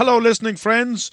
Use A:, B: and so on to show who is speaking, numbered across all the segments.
A: Hello, listening friends.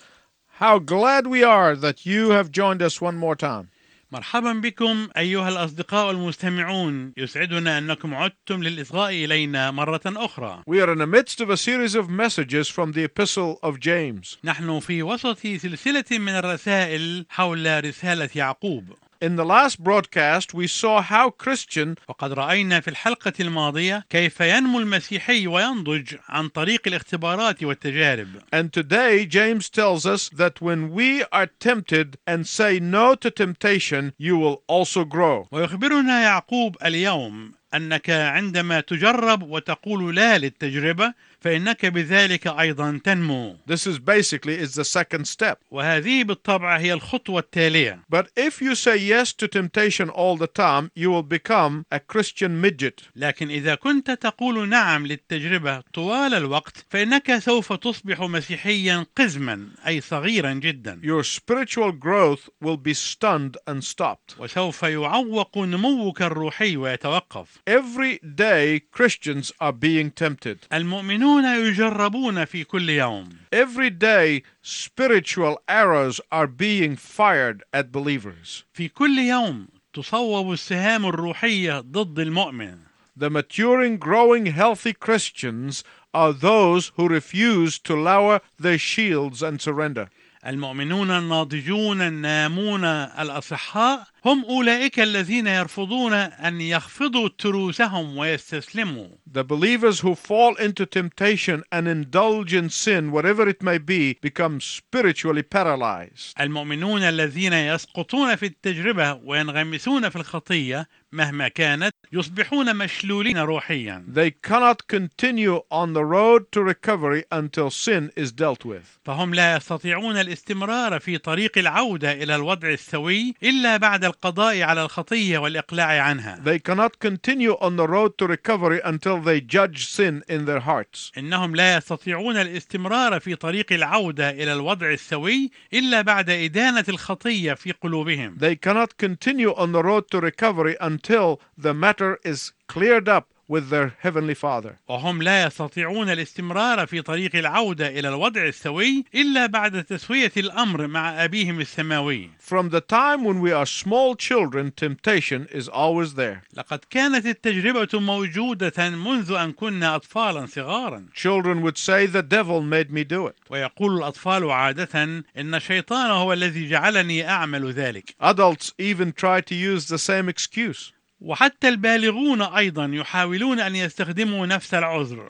A: How glad we are that you have joined us one more time.
B: مرحبا بكم أيها الأصدقاء المستمعون يسعدنا أنكم عدتم للإصغاء إلينا مرة أخرى
A: We are in the midst of a series of messages from the Epistle of James.
B: نحن في وسط سلسلة من الرسائل حول رسالة يعقوب
A: In the last broadcast, we saw how Christian
B: وقد رأينا في الحلقة الماضية كيف ينمو المسيحي وينضج عن طريق الاختبارات والتجارب
A: and today James tells us that when we are tempted and say no to temptation, you will also grow.
B: ويخبرنا يعقوب اليوم أنك عندما تجرب وتقول لا للتجربة فإنك بذلك أيضا تنمو
A: This is basically is the second step.
B: وهذه بالطبع هي الخطوة التالية
A: But if you say yes to temptation all the time, you will become a Christian midget.
B: لكن إذا كنت تقول نعم للتجربة طوال الوقت فإنك سوف تصبح مسيحيا قزما أي صغيرا جدا
A: Your spiritual growth will be stunned and stopped.
B: وسوف يعوق نموك الروحي ويتوقف
A: Every day, Christians are being tempted.
B: المؤمنون يجربون في كل يوم
A: Every day, spiritual arrows are being fired at believers.
B: في كل يوم تصوب السهام الروحية ضد المؤمن
A: The maturing, growing, healthy Christians are those who refuse to lower their shields and surrender.
B: المؤمنون الناضجون النامون الأصحاء هم أولئك الذين يرفضون أن يخفضوا تروسهم ويستسلموا
A: The believers who fall into temptation and indulge in sin, whatever it may be, become spiritually paralyzed.
B: المؤمنون الذين يسقطون في التجربة وينغمسون في الخطية مهما كانت يصبحون مشلولين روحيا
A: They cannot continue on the road to recovery until sin is dealt with.
B: فهم لا يستطيعون الاستمرار في طريق العودة إلى الوضع السوي إلا بعد القضاء على الخطية والإقلاع عنها
A: They cannot continue on the road to recovery until they judge sin in their hearts.
B: إنهم لا يستطيعون الاستمرار في طريق العودة إلى الوضع السوي إلا بعد إدانة الخطية في قلوبهم
A: They cannot continue on the road to recovery until the matter is cleared up with their Heavenly Father.
B: وهم لا يستطيعون الاستمرار في طريق العودة إلى الوضع السوي إلا بعد تسوية الأمر مع أبيهم السماوي
A: From the time when we are small children, temptation is always there.
B: لقد كانت التجربة موجودة منذ أن كنا أطفالا صغارا
A: Children would say, The devil made me do it.
B: ويقول الأطفال عادة إن الشيطان هو الذي جعلني أعمل ذلك
A: Adults even try to use the same excuse.
B: وحتى البالغون أيضا يحاولون أن يستخدموا نفس العذر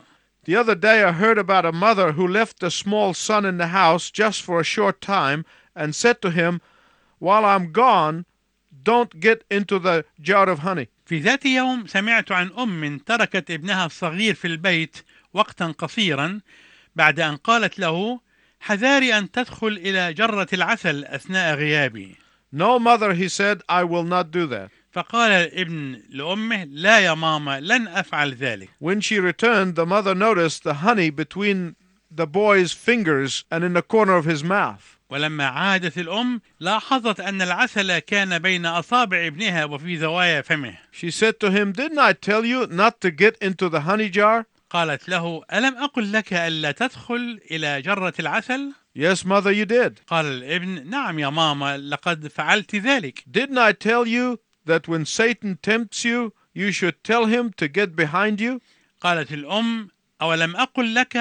A: The other day, I heard about a mother who left a small son in the house just for a short time and said to him, While I'm gone, don't get into the jar of honey.
B: في ذات يوم سمعت عن أم تركت ابنها الصغير في البيت وقتا قصيرا بعد أن قالت له حذاري أن تدخل إلى جرة العسل أثناء غيابي
A: No, mother, he said, I will not do that.
B: فقال الابن لأمه لا يا ماما لن أفعل ذلك
A: When she returned, the mother noticed the honey between the boy's fingers and in the corner of his mouth.
B: ولما عادت الأم لاحظت أن العسل كان بين أصابع ابنها وفي زوايا فمه
A: She said to him, Didn't I tell you not to get into the honey jar?
B: قالت له ألم أقل لك ألا تدخل إلى جرة العسل؟
A: Yes, mother, you did.
B: قال الابن نعم يا ماما لقد فعلت ذلك
A: Didn't I tell you that when Satan tempts you, you should tell him to get behind you?
B: قالت الأم أولم أقل لك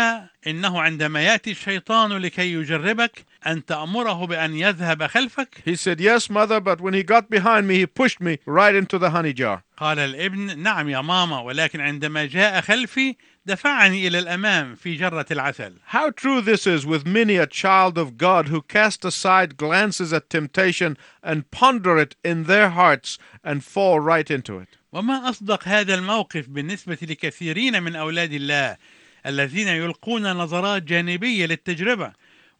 B: إنه عندما يأتي الشيطان لكي يجربك أن تأمره بأن يذهب خلفك؟
A: He said, Yes, mother, but when he got behind me, he pushed me right into the honey jar.
B: قال الابن نعم يا ماما ولكن عندما جاء خلفي دفعني إلى الأمام في جرة العسل
A: How true this is with many a child of God who cast aside glances at temptation and ponder it in their hearts and fall right into it.
B: وما أصدق هذا الموقف بالنسبة لكثيرين من أولاد الله الذين يلقون نظرات جانبية للتجربة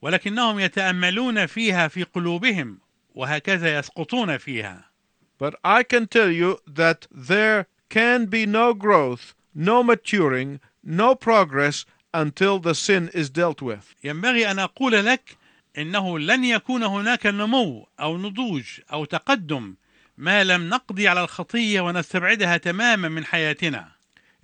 B: ولكنهم يتأملون فيها في قلوبهم وهكذا يسقطون فيها
A: But I can tell you that there can be no growth, no maturing, no progress until the sin is dealt with.
B: ينبغي أن أقول لك إنه لن يكون هناك نمو أو نضوج أو تقدم ما لم نقضي على الخطية ونستبعدها تماما من حياتنا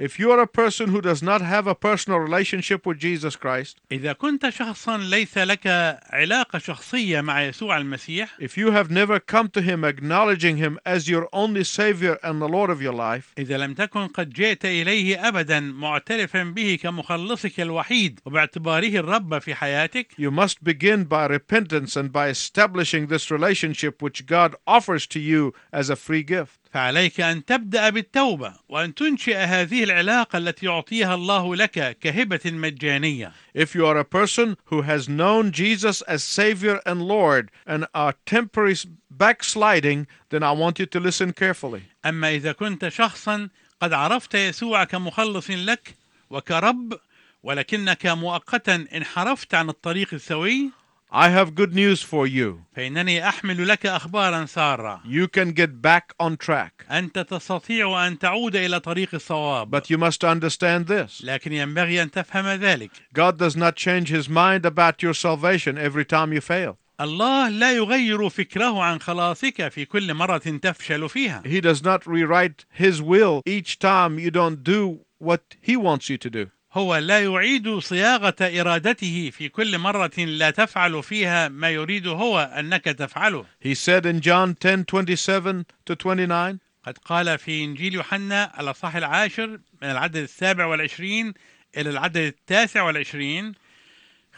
A: If you are a person who does not have a personal relationship with Jesus Christ,
B: إذا كنت شخصا ليس لك علاقة شخصية مع يسوع المسيح
A: if you have never come to Him acknowledging Him as your only Savior and the Lord of your life,
B: إذا لم تكن قد جئت إليه أبدا معترفا به كمخلصك الوحيد وباعتباره الرب في حياتك
A: you must begin by repentance and by establishing this relationship which God offers to you as a free gift.
B: فعليك أن تبدأ بالتوبة وأن تنشئ هذه العلاقة التي يعطيها الله لك كهبة مجانية
A: If you are a person who has known Jesus as Savior and Lord and are temporarily backsliding, then I want you to listen carefully.
B: أما إذا كنت شخصا قد عرفت يسوع كمخلص لك وكرب ولكنك مؤقتا انحرفت عن الطريق السوي
A: I have good news for you.
B: فإنني أحمل لك أخبارا سارة
A: You can get back on track,
B: أنت تستطيع أن تعود إلى طريق الصواب
A: but you must understand this
B: لكن ينبغي أن تفهم ذلك
A: God does not change His mind about your salvation every time you fail.
B: الله لا يغير فكره عن خلاصك في كل مرة تفشل فيها
A: He does not rewrite His will each time you don't do what He wants you to do.
B: هو لا يعيد صياغة إرادته في كل مرة لا تفعل فيها ما يريد هو أنك تفعله
A: He said in John 10 27 to 29,
B: قد قال في إنجيل يوحنا الأصحاح العاشر من العدد السابع والعشرين إلى العدد التاسع والعشرين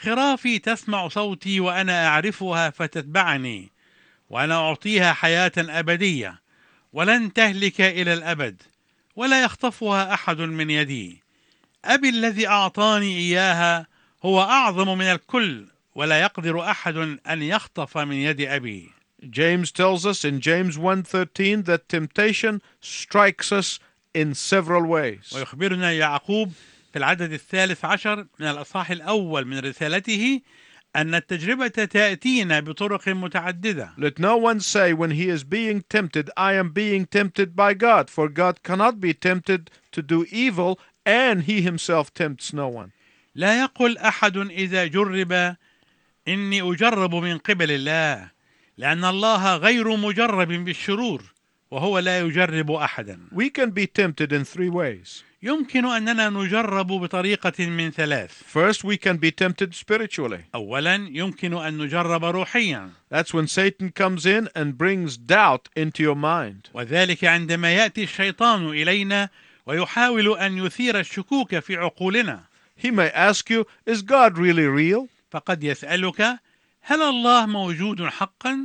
B: خرافي تسمع صوتي وأنا أعرفها فتتبعني وأنا أعطيها حياة أبدية ولن تهلك إلى الأبد ولا يخطفها أحد من يدي أبي الذي أعطاني إياها هو أعظم من الكل ولا يقدر أحد أن يخطف من يد أبي
A: James tells us in James 1:13 that temptation strikes us in several ways.
B: ويخبرنا يعقوب في العدد الثالث عشر من الأصحاح الأول من رسالته أن التجربة تأتينا بطرق متعددة
A: Let no one say when he is being tempted, I am being tempted by God, for God cannot be tempted to do evil, and he himself tempts no one.
B: لا يقل أحد إذا جرب إني أجرب من قبل الله لأن الله غير مجرب بالشرور وهو لا يجرب أحدا
A: We can be tempted in three ways.
B: يمكن أننا نجرب بطريقة من ثلاث
A: First, we can be tempted spiritually.
B: أولا يمكن أن نجرب روحيا
A: That's when Satan comes in and brings doubt into your mind.
B: وذلك عندما ياتي الشيطان الينا ويحاول ان يثير الشكوك في عقولنا
A: He may ask you, Is God really real?
B: فقد يسالك هل الله موجود حقا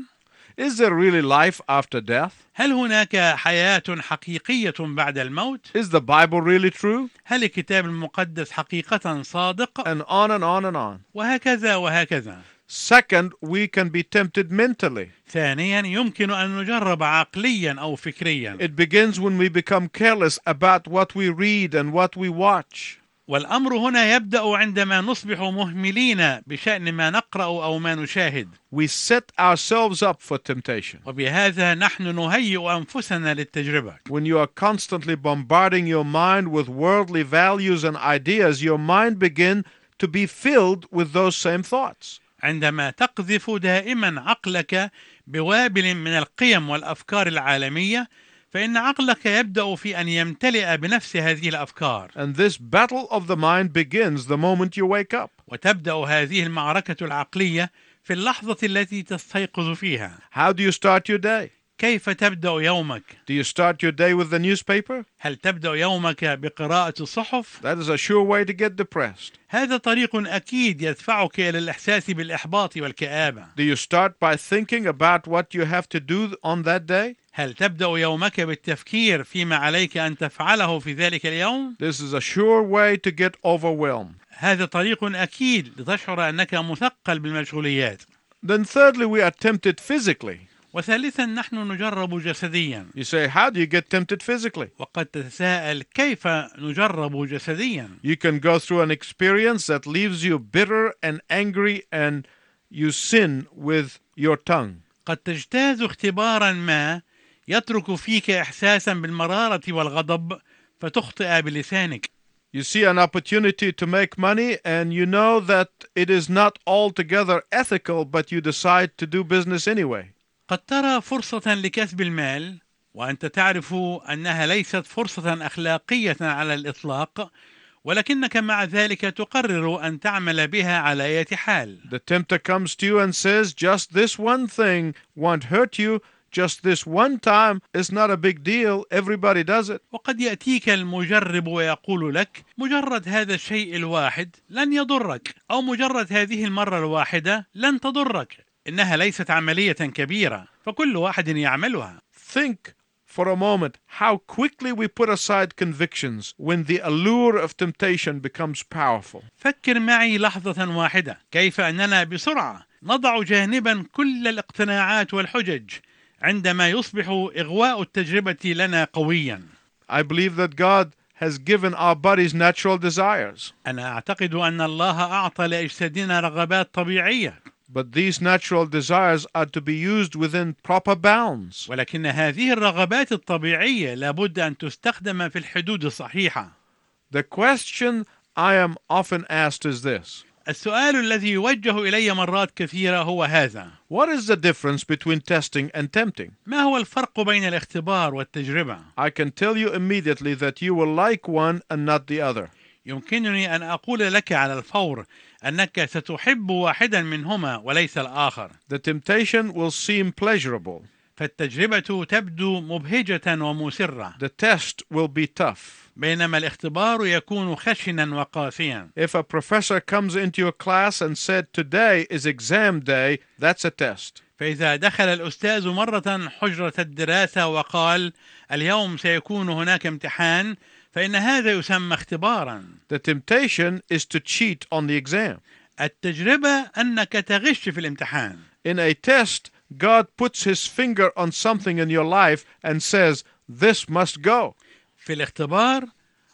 A: Is there really life after death?
B: هل هناك حياه حقيقيه بعد الموت
A: Is the Bible really true?
B: هل الكتاب المقدس حقيقه صادق
A: And on and on and on.
B: وهكذا وهكذا
A: Second, we can be tempted mentally.
B: ثانيا يمكن ان نجرب عقليا او فكريا
A: It begins when we become careless about what we read and what we watch.
B: والامر هنا يبدا عندما نصبح مهملين بشان ما نقرا او ما نشاهد
A: We set ourselves up for temptation.
B: وبهذا نحن نهيئ انفسنا للتجربه
A: When you are constantly bombarding your mind with worldly values and ideas, your mind begin to be filled with those same thoughts.
B: عندما تقذف دائما عقلك بوابل من القيم والافكار العالميه فان عقلك يبدا في ان يمتلئ بنفس هذه الافكار
A: And this battle of the mind begins the moment you wake up.
B: وتبدا هذه المعركه العقليه في اللحظه التي تستيقظ فيها
A: How do you start your day?
B: كيف تبدا يومك
A: Do you start your day with the newspaper?
B: هل تبدا يومك بقراءه الصحف
A: That is a sure way to get depressed.
B: هذا طريق اكيد يدفعك الى الاحساس بالاحباط والكابه
A: Do you start by thinking about what you have to do on that day?
B: هل تبدا يومك بالتفكير فيما عليك ان تفعله في ذلك اليوم
A: This is a sure way to get overwhelmed.
B: هذا طريق أكيد لتشعر أنك مثقل بالمشغوليات
A: Then, thirdly, we are tempted physically.
B: وثالثا نحن نجرب جسديا
A: You say, How do you get tempted physically?
B: وقد تتساءل كيف نجرب جسديا
A: You can go through an experience that leaves you bitter and angry, and you sin with your tongue.
B: قد تجتاز اختبارا ما يترك فيك إحساسا بالمرارة والغضب فتخطئ بلسانك
A: You see an opportunity to make money, and you know that it is not altogether ethical, but you decide to do business anyway.
B: قد ترى فرصة لكسب المال وانت تعرف انها ليست فرصه اخلاقيه على الاطلاق ولكنك مع ذلك تقرر ان تعمل بها على اية حال
A: The tempter comes to you and says, Just this one thing won't hurt you. Just this one time is not a big deal. Everybody does it.
B: وقد ياتيك المجرب ويقول لك مجرد هذا الشيء الواحد لن يضرك او مجرد هذه المره الواحده لن تضرك انها ليست عمليه كبيره فكل واحد يعملها
A: Think for a moment how quickly we put aside convictions when the allure of temptation becomes powerful.
B: فكر معي لحظة واحدة كيف أننا بسرعة نضع جانبا كل الاقتناعات والحجج عندما يصبح إغواء التجربة لنا قويا
A: I believe that God has given our bodies natural desires,
B: أنا أعتقد أن الله أعطى لأجسادنا رغبات طبيعية
A: but these natural desires are to be used within proper bounds.
B: ولكن هذه الرغبات الطبيعية لابد أن تستخدم في الحدود الصحيحة
A: The question I am often asked is this
B: السؤال الذي يوجه إلي مرات كثيرة هو هذا
A: What is the difference between testing and tempting?
B: ما هو الفرق بين الاختبار والتجربة؟
A: I can tell you immediately that you will like one and not the other.
B: يمكنني أن أقول لك على الفور أنك ستحب واحدا منهما وليس الآخر
A: The temptation will seem pleasurable,
B: فالتجربة تبدو مبهجة ومسرة
A: the test will be tough.
B: بينما الاختبار يكون خشنا وقاسيا
A: If a professor comes into your class and said, Today is exam day, that's a test.
B: فإذا دخل الأستاذ مرة حجرة الدراسة وقال اليوم سيكون هناك امتحان فإن هذا يسمى اختبارا
A: The temptation is to cheat on the exam.
B: التجربة أنك تغش في الامتحان
A: In a test, God puts his finger on something in your life and says, This must go.
B: في الاختبار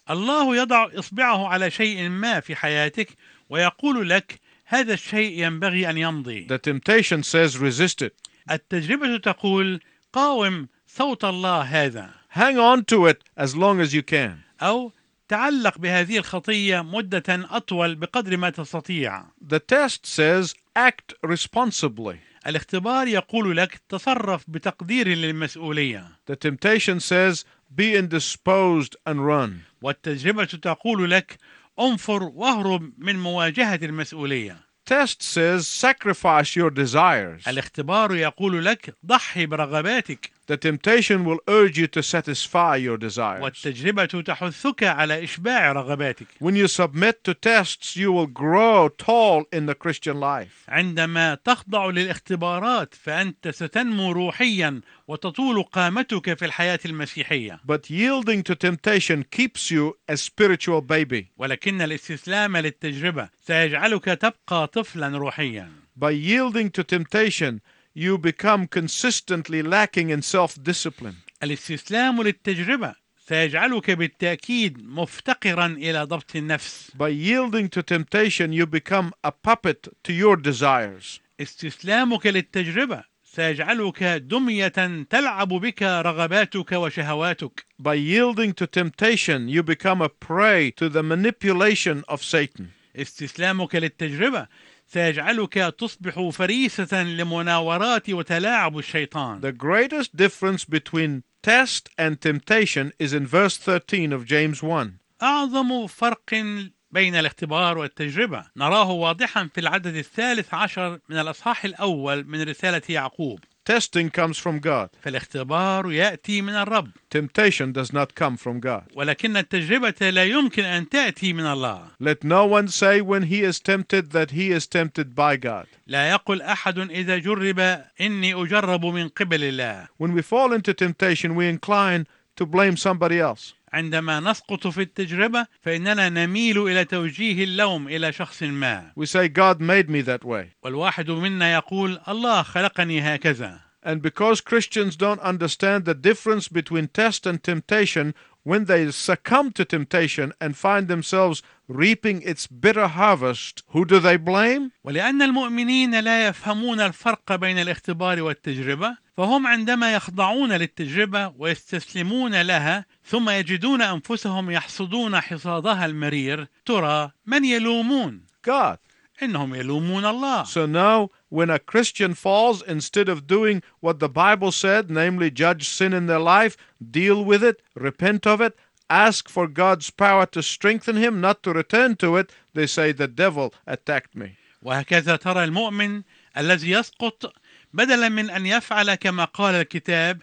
B: الله يضع إصبعه على شيء ما في حياتك ويقول لك هذا الشيء ينبغي أن يمضي
A: The temptation says, Resist it.
B: التجربة تقول قاوم صوت الله هذا
A: Hang on to it as long as you can.
B: أو تعلق بهذه الخطية مدة أطول بقدر ما تستطيع
A: The test says, Act responsibly.
B: الاختبار يقول لك تصرف بتقدير للمسؤولية
A: The temptation says, Be indisposed and run.
B: والتجربة تقول لك انفر واهرب من مواجهة المسؤولية
A: Test says, Sacrifice your desires.
B: الاختبار يقول لك ضحي برغباتك
A: The temptation will urge you to satisfy your desires.
B: والتجربة تحثك على إشباع رغباتك
A: When you submit to tests, you will grow tall in the Christian life.
B: عندما تخضع للاختبارات فأنت ستنمو روحيا وتطول قامتك في الحياة المسيحية
A: But yielding to temptation keeps you a spiritual baby.
B: ولكن الاستسلام للتجربة سيجعلك تبقى طفلا روحيا
A: By yielding to temptation, you become consistently lacking in self discipline.
B: الاستسلام للتجربة سيجعلك بالتأكيد مفتقرا إلى ضبط النفس
A: By yielding to temptation, you become a puppet to your desires.
B: استسلامك للتجربة سيجعلك دمية تلعب بك رغباتك وشهواتك
A: By yielding to temptation, you become a prey to the manipulation of Satan.
B: استسلامك للتجربة سيجعلك تصبح فريسة لمناورات وتلاعب الشيطان
A: The greatest difference between test and temptation is in verse 13 of James 1.
B: أعظم فرق بين الاختبار والتجربة نراه واضحا في العدد الثالث عشر من الأصحاح الأول من رسالة يعقوب
A: Testing comes from God,
B: فالاختبار يأتي من الرب
A: temptation does not come from God.
B: ولكن التجربة لا يمكن أن تأتي من الله
A: Let no one say when he is tempted that he is tempted by God.
B: لا يقول أحد إذا جرب إني أجرب من قبل الله
A: When we fall into temptation, we incline to blame somebody else.
B: عندما نسقط في التجربة فإننا نميل إلى توجيه اللوم إلى شخص ما
A: We say, God made me that way.
B: والواحد منا يقول الله خلقني هكذا
A: And because Christians don't understand the difference between test and temptation, when they succumb to temptation and find themselves reaping its bitter harvest, who do they blame?
B: ولأن المؤمنين لا يفهمون الفرق بين الاختبار والتجربة فهم عندما يخضعون للتجربة ويستسلمون لها ثم يجدون أنفسهم يحصدون حصادها المرير ترى من يلومون
A: God.
B: إنهم يلومون الله
A: So now when a Christian falls, instead of doing what the Bible said, namely judge sin in their life, deal with it, repent of it, ask for God's power to strengthen him, not to return to it, they say, The devil attacked me.
B: وهكذا ترى المؤمن الذي يسقط بدلا من ان يفعل كما قال الكتاب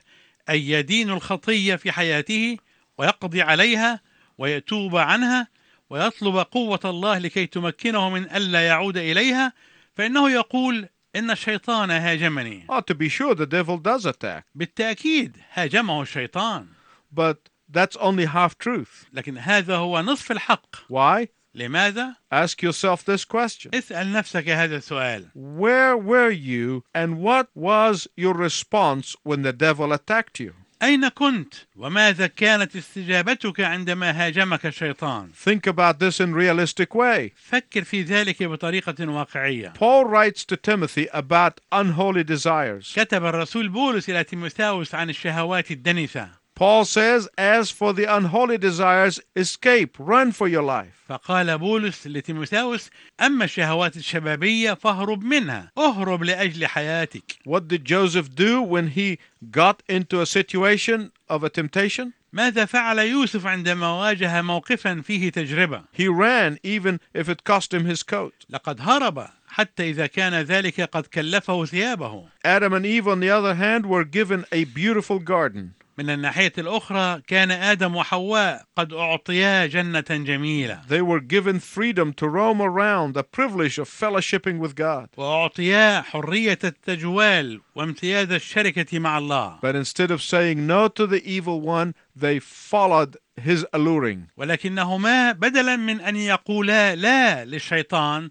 B: ان يدين الخطيه في حياته ويقضي عليها ويتوب عنها ويطلب قوه الله لكي تمكنه من الا يعود اليها فانه يقول ان الشيطان هاجمني
A: Oh, to be sure, the devil does attack,
B: بالتاكيد هاجمه الشيطان
A: but that's only half truth.
B: لكن هذا هو نصف الحق
A: Why?
B: لماذا
A: Ask yourself this question
B: اسال نفسك هذا السؤال
A: Where were you, and what was your response when the devil attacked you?
B: اين كنت وماذا كانت استجابتك عندما هاجمك الشيطان
A: Think about this in realistic way.
B: فكر في ذلك بطريقه واقعيه
A: Paul writes to Timothy about unholy desires.
B: كتب الرسول بولس إلى تيموثاوس عن الشهوات الدنسة
A: Paul says, As for the unholy desires, escape, run for your life.
B: فقال بولس لتيموثاوس أما الشهوات الشبابية فاهرب منها اهرب لأجل حياتك
A: What did Joseph do when he got into a situation of a temptation?
B: ماذا فعل يوسف عندما واجه موقفا فيه تجربة
A: He ran, even if it cost him his coat.
B: لقد هرب حتى إذا كان ذلك قد كلفه ثيابه
A: Adam and Eve, on the other hand, were given a beautiful garden.
B: من الناحية الأخرى كان آدم وحواء قد أعطيا جنة جميلة
A: They were given freedom to roam around, the privilege of fellowshipping with God.
B: وأعطيا حرية التجوال وامتياز الشركة مع الله
A: But instead of saying no to the evil one, they followed his alluring.
B: ولكنهما بدلا من ان يقولا لا للشيطان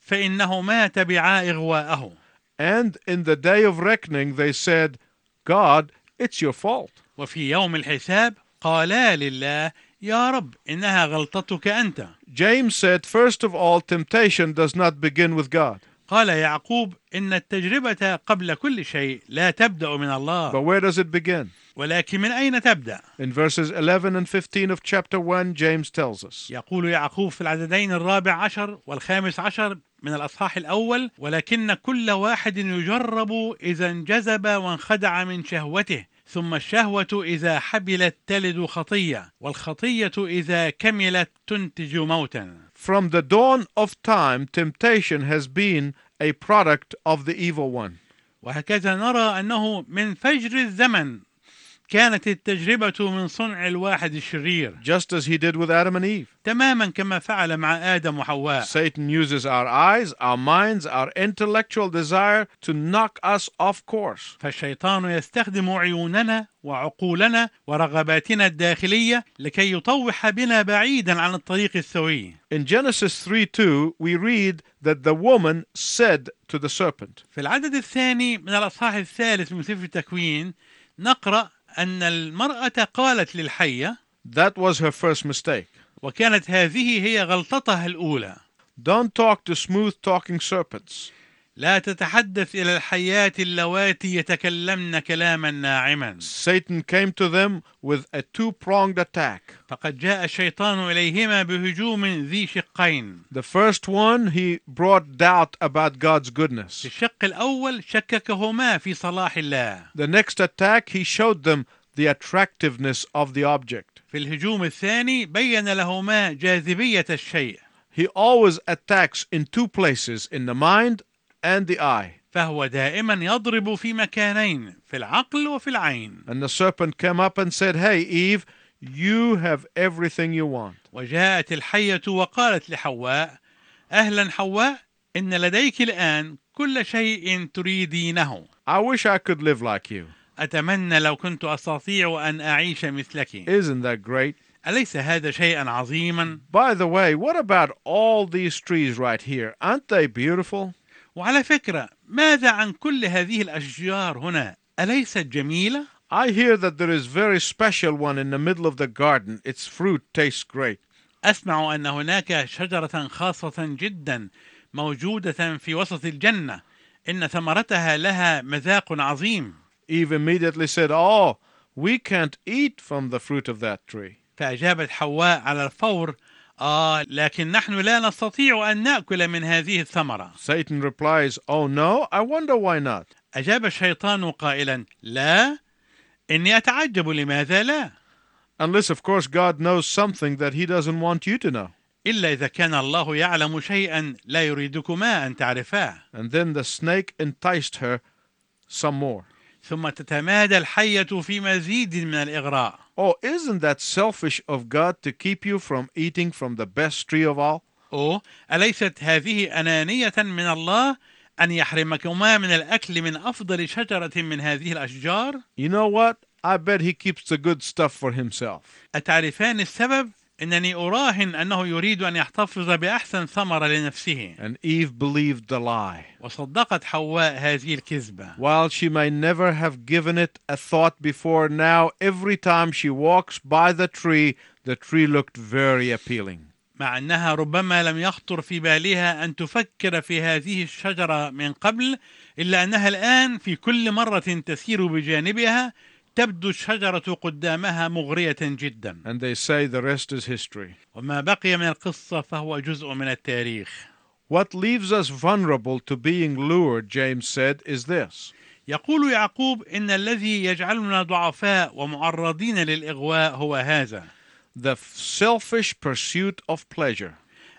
B: فانهما تبعا اغواءه
A: And in the day of reckoning, they said, God, it's your fault.
B: وفي يوم الحساب قالا لله يا رب انها غلطتك انت
A: James said, first of all, temptation does not begin with God.
B: قال يعقوب ان التجربه قبل كل شيء لا تبدا من الله
A: But where does it begin?
B: ولكن من اين تبدا
A: In verses 11 and 15 of chapter 1, James tells us.
B: يقول يعقوب في العددين الرابع عشر والخامس عشر من الاصحاح الاول ولكن كل واحد يجرب اذا انجذب وانخدع من شهوته ثم الشهوه اذا حبلت تلد خطيه والخطيه اذا كملت تنتج موتا
A: From the dawn of time, temptation has been a product of the evil one.
B: وهكذا نرى انه من فجر الزمن كانت التجربه من صنع الواحد الشرير
A: Just as he did with Adam and Eve.
B: تماما كما فعل مع ادم وحواء
A: Satan uses our eyes, our minds, our intellectual desire to knock us off course.
B: فالشيطان يستخدم عيوننا وعقولنا ورغباتنا الداخليه لكي يطوح بنا بعيدا عن الطريق السوي.
A: In Genesis 3 2, we read that the woman said to the serpent,
B: في العدد الثاني من الاصحاح الثالث من سفر التكوين نقرا ان المراه قالت للحيه
A: That was her first mistake.
B: وكانت هذه هي غلطتها الاولى
A: Don't talk to smooth talking serpents.
B: لا تتحدث الى الحيات اللواتي يتكلمن كلاما ناعما
A: Satan came to them with a two pronged attack.
B: فقد جاء الشيطان اليهما بهجوم ذي شقين
A: The first one, he brought doubt about God's
B: في
A: goodness.
B: الشق الأول شككهما في صلاح الله
A: The next attack, he showed them the attractiveness of the object.
B: في الهجوم الثاني بين لهما جاذبية الشيء
A: He always attacks in two places in the mind and the eye.
B: فهو دائما يضرب في مكانين في العقل وفي العين
A: And the serpent came up and said, Hey, Eve, you have everything you want.
B: وجاءت الحية وقالت لحواء أهلا حواء إن لديك الآن كل شيء تريدينه
A: I wish I could live like you.
B: أتمنى لو كنت أستطيع أن أعيش مثلك
A: Isn't that great?
B: أليس هذا شيئا عظيما؟
A: By the way, what about all these trees right here? Aren't they beautiful?
B: وعلى فكرة ماذا عن كل هذه الأشجار هنا؟ أليست جميلة؟
A: I hear that there is very special one in the middle of the garden. Its fruit tastes great.
B: أسمع أن هناك شجرة خاصة جدا موجودة في وسط الجنة إن ثمرتها لها مذاق عظيم
A: Eve immediately said, Oh, we can't eat from the fruit of that tree.
B: فأجابت حواء على الفور آه لكن نحن لا نستطيع أن نأكل من هذه الثمرة
A: Satan replies, Oh no, I wonder why not.
B: أجاب الشيطان قائلا لا إني أتعجب لماذا لا
A: Unless, of course, God knows something that He doesn't want you to know.
B: إلا إذا كان الله يعلم شيئا لا يريدكما أن تعرفاه
A: And then the snake enticed her some more.
B: ثم تتمادى الحية في مزيد من الإغراء
A: Oh, isn't that selfish of God to keep you from eating from the best tree of all?
B: أوه أليست هذه أنانية من الله أن يحرمكما من الأكل من أفضل شجرة من هذه الأشجار
A: You know what? I bet He keeps the good stuff for Himself.
B: أتعرفان السبب؟ إنني أراهن أنه يريد أن يحتفظ بأحسن ثمرة لنفسه
A: And Eve believed the lie.
B: وصدقت حواء هذه الكذبة
A: While she may never have given it a thought before, now every time she walks by the tree, the tree looked very appealing.
B: مع أنها ربما لم يخطر في بالها أن تفكر في هذه الشجرة من قبل إلا أنها الآن في كل مرة تسير بجانبها تبدو الشجرة قدامها مغرية جدا
A: And they say the rest is history.
B: وما بقي من القصة فهو جزء من التاريخ
A: What leaves us vulnerable to being lured, James said, is this
B: يقول يعقوب إن الذي يجعلنا ضعفاء ومعرضين للإغواء هو هذا
A: the f- selfish pursuit of pleasure,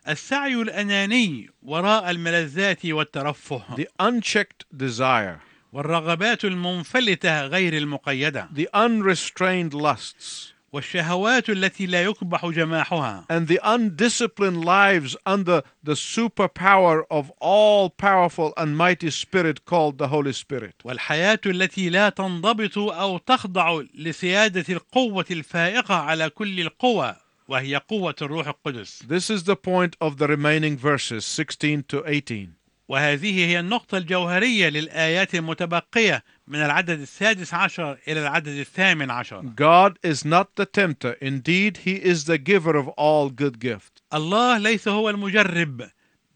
B: السعي الأناني وراء الملذات والترفه
A: the unchecked desire,
B: والرغبات المنفلتة غير المقيدة
A: the unrestrained lusts,
B: والشهوات التي لا يكبح جماحها
A: and the undisciplined lives under the superpower of all powerful and mighty Spirit called the Holy Spirit.
B: والحياة التي لا تنضبط أو تخضع لسيادة القوة الفائقة على كل القوى وهي قوة الروح القدس
A: This is the point of the remaining verses 16 to 18.
B: وهذه هي النقطة الجوهرية للآيات المتبقية من العدد السادس عشر إلى العدد الثامن عشر
A: God is not the tempter, indeed, He is the giver of all good gifts.
B: الله ليس هو المجرب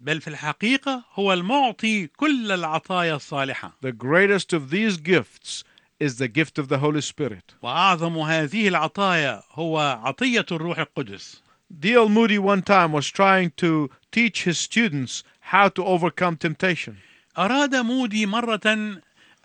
B: بل في الحقيقة هو المعطي كل العطايا الصالحة
A: The greatest of these gifts is the gift of the Holy Spirit.
B: وأعظم هذه العطايا هو عطية الروح القدس
A: D.L. Moody one time was trying to teach his students how to overcome temptation.
B: أراد مودي مرة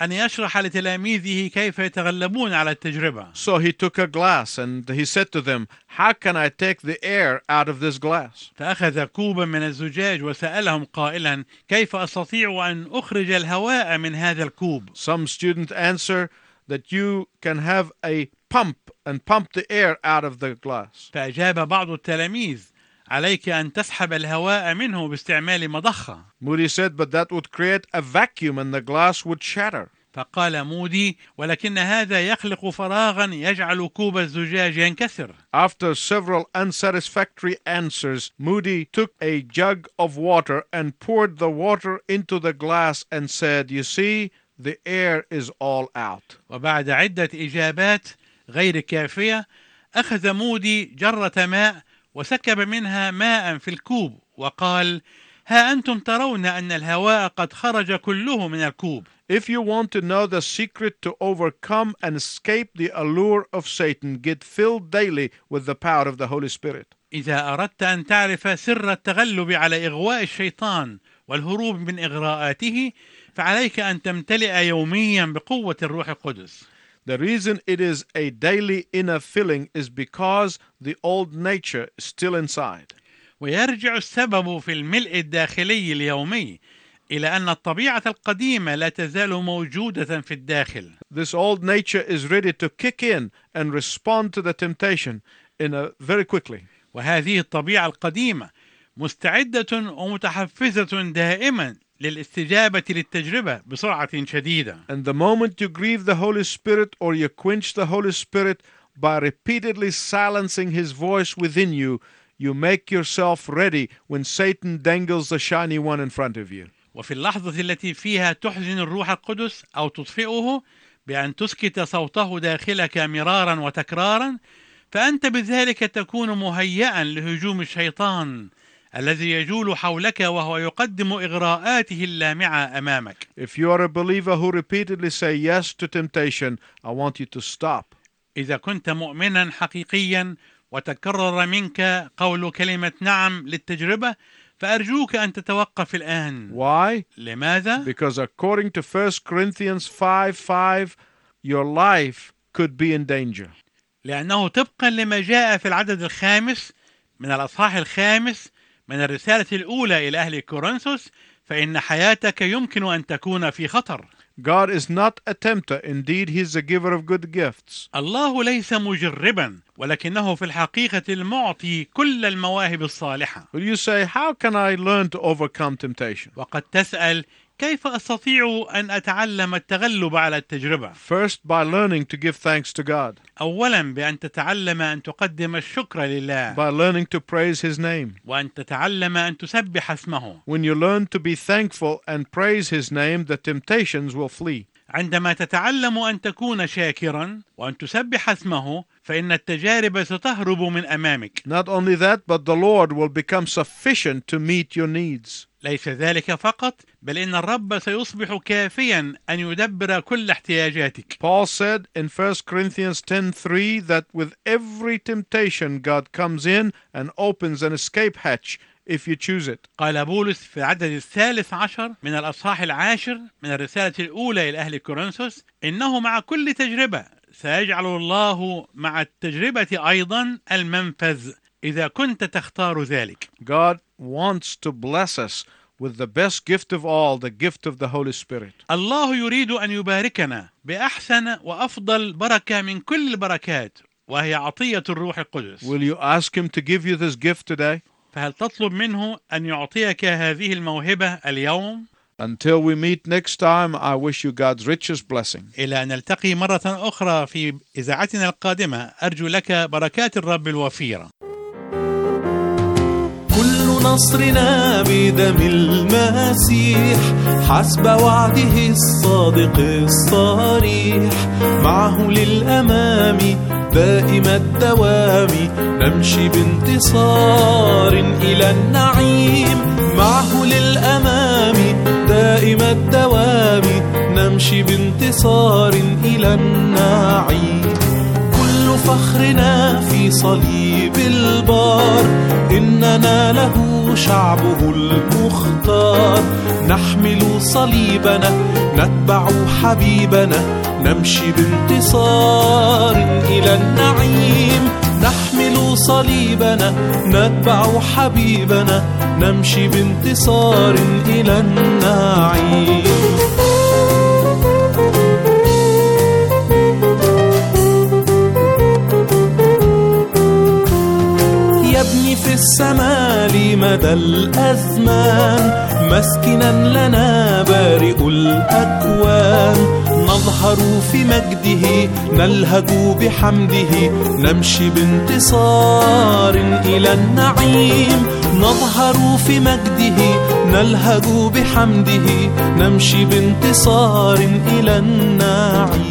B: أن يشرح لتلاميذه كيف يتغلبون على التجربة
A: So he took a glass and he said to them, How can I take the air out of this glass?
B: فأخذ كوبا من الزجاج وسألهم قائلا كيف أستطيع أن أخرج الهواء من هذا الكوب
A: Some students answer that you can have a pump and pump the air out of the glass.
B: فأجاب بعض التلاميذ عليك أن تسحب الهواء منه باستعمال مضخة
A: Moody said, But that would create a vacuum and the glass would shatter.
B: فقال مودي ولكن هذا يخلق فراغا يجعل كوب الزجاج ينكسر
A: After several unsatisfactory answers, Moody took a jug of water and poured the water into the glass and said, You see, the air is all out.
B: وبعد عدة إجابات غير كافية أخذ مودي جرة ماء وسكب منها ماء في الكوب وقال ها أنتم ترون أن الهواء قد خرج كله من الكوب
A: If you want to know the secret to overcome and escape the allure of Satan, get filled daily with the power of the Holy Spirit.
B: إذا أردت أن تعرف سر التغلب على إغواء الشيطان والهروب من إغراءاته فعليك أن تمتلئ يوميا بقوة الروح القدس
A: The reason it is a daily inner filling is because the old nature is still inside.
B: ويرجع السبب في الملء الداخلي اليومي إلى أن الطبيعة القديمة لا تزال موجودة في الداخل
A: This old nature is ready to kick in and respond to the temptation in a, very quickly.
B: وهذه الطبيعة القديمة مستعدة ومتحفزة دائما للاستجابة للتجربة بسرعة شديدة
A: And the moment you grieve the Holy Spirit or you quench the Holy Spirit by repeatedly silencing his voice within you, you make yourself ready when Satan dangles the shiny one in front of you.
B: وفي اللحظة التي فيها تحزن الروح القدس أو تطفئه بأن تسكت صوته داخلك مرارا وتكرارا فأنت بذلك تكون مهيئا لهجوم الشيطان الذي يجول حولك وهو يقدم إغراءاته اللامعة أمامك
A: If you are a believer who repeatedly say yes to temptation, I want you to stop.
B: إذا كنت مؤمنا حقيقيا وتكرر منك قول كلمة نعم للتجربة فأرجوك أن تتوقف الآن
A: Why?
B: لماذا؟
A: Because according to 1 Corinthians 5 5, your life could be in danger.
B: لأنه طبقا لما جاء في العدد الخامس من الأصحاح الخامس من الرسالة الأولى إلى أهل كورنثوس فإن حياتك يمكن أن تكون في خطر
A: God is not a tempter. Indeed, He is the giver of good gifts.
B: الله ليس مجربا ولكنه في الحقيقة المعطي كل المواهب الصالحة
A: Will you say, How can I learn to overcome temptation?
B: وقد تسأل كيف أستطيع أن أتعلم التغلب على التجربة
A: First, by learning to give thanks to God,
B: أولا بأن تتعلم أن تقدم الشكر لله
A: by learning to praise His name.
B: وأن تتعلم أن تسبح اسمه
A: When you learn to be thankful and praise His name, the temptations will flee.
B: عندما تتعلم أن تكون شاكرا وأن تسبح اسمه فإن التجارب ستهرب من أمامك
A: Not only that, but the Lord will become sufficient to meet your needs.
B: ليس ذلك فقط بل إن الرب سيصبح كافيا أن يدبر كل احتياجاتك
A: Paul said in 1 Corinthians 10:3 that with every temptation God comes in and opens an escape hatch if you choose it.
B: قال بولس في العدد الثالث عشر من الأصحاح العاشر من الرسالة الأولى إلى أهل كورنثوس إنه مع كل تجربة سيجعل الله مع التجربة أيضا المنفذ إذا كنت تختار ذلك
A: God wants to bless us with the best gift of all, the gift of the Holy Spirit.
B: الله يريد أن يباركنا بأحسن وأفضل بركة من كل البركات وهي عطية الروح القدس
A: Will you ask him to give you this gift today?
B: فهل تطلب منه أن يعطيك هذه الموهبة اليوم
A: Until we meet next time, I wish you God's richest blessing.
B: إلى أن نلتقي مرة أخرى في إذاعتنا القادمة أرجو لك بركات الرب الوفيرة
C: كل نصرنا بدم المسيح حسب وعده الصادق الصريح معه للأمام دائم الدوام نمشي بانتصار إلى النعيم معه للأمام دائم الدوام نمشي بانتصار إلى النعيم كل فخرنا في صليب البار إننا له شعبه المختار نحمل صليبنا نتبع حبيبنا نمشي بانتصار إلى النعيم نحمل صليبنا نتبع حبيبنا نمشي بانتصار إلى النعيم يبني في السماء لمدى الأزمان مسكنا لنا بارئ الأكوان نظهر في مجده نلهج بحمده نمشي بانتصار إلى النعيم نظهر في مجده نلهج بحمده نمشي بانتصار إلى النعيم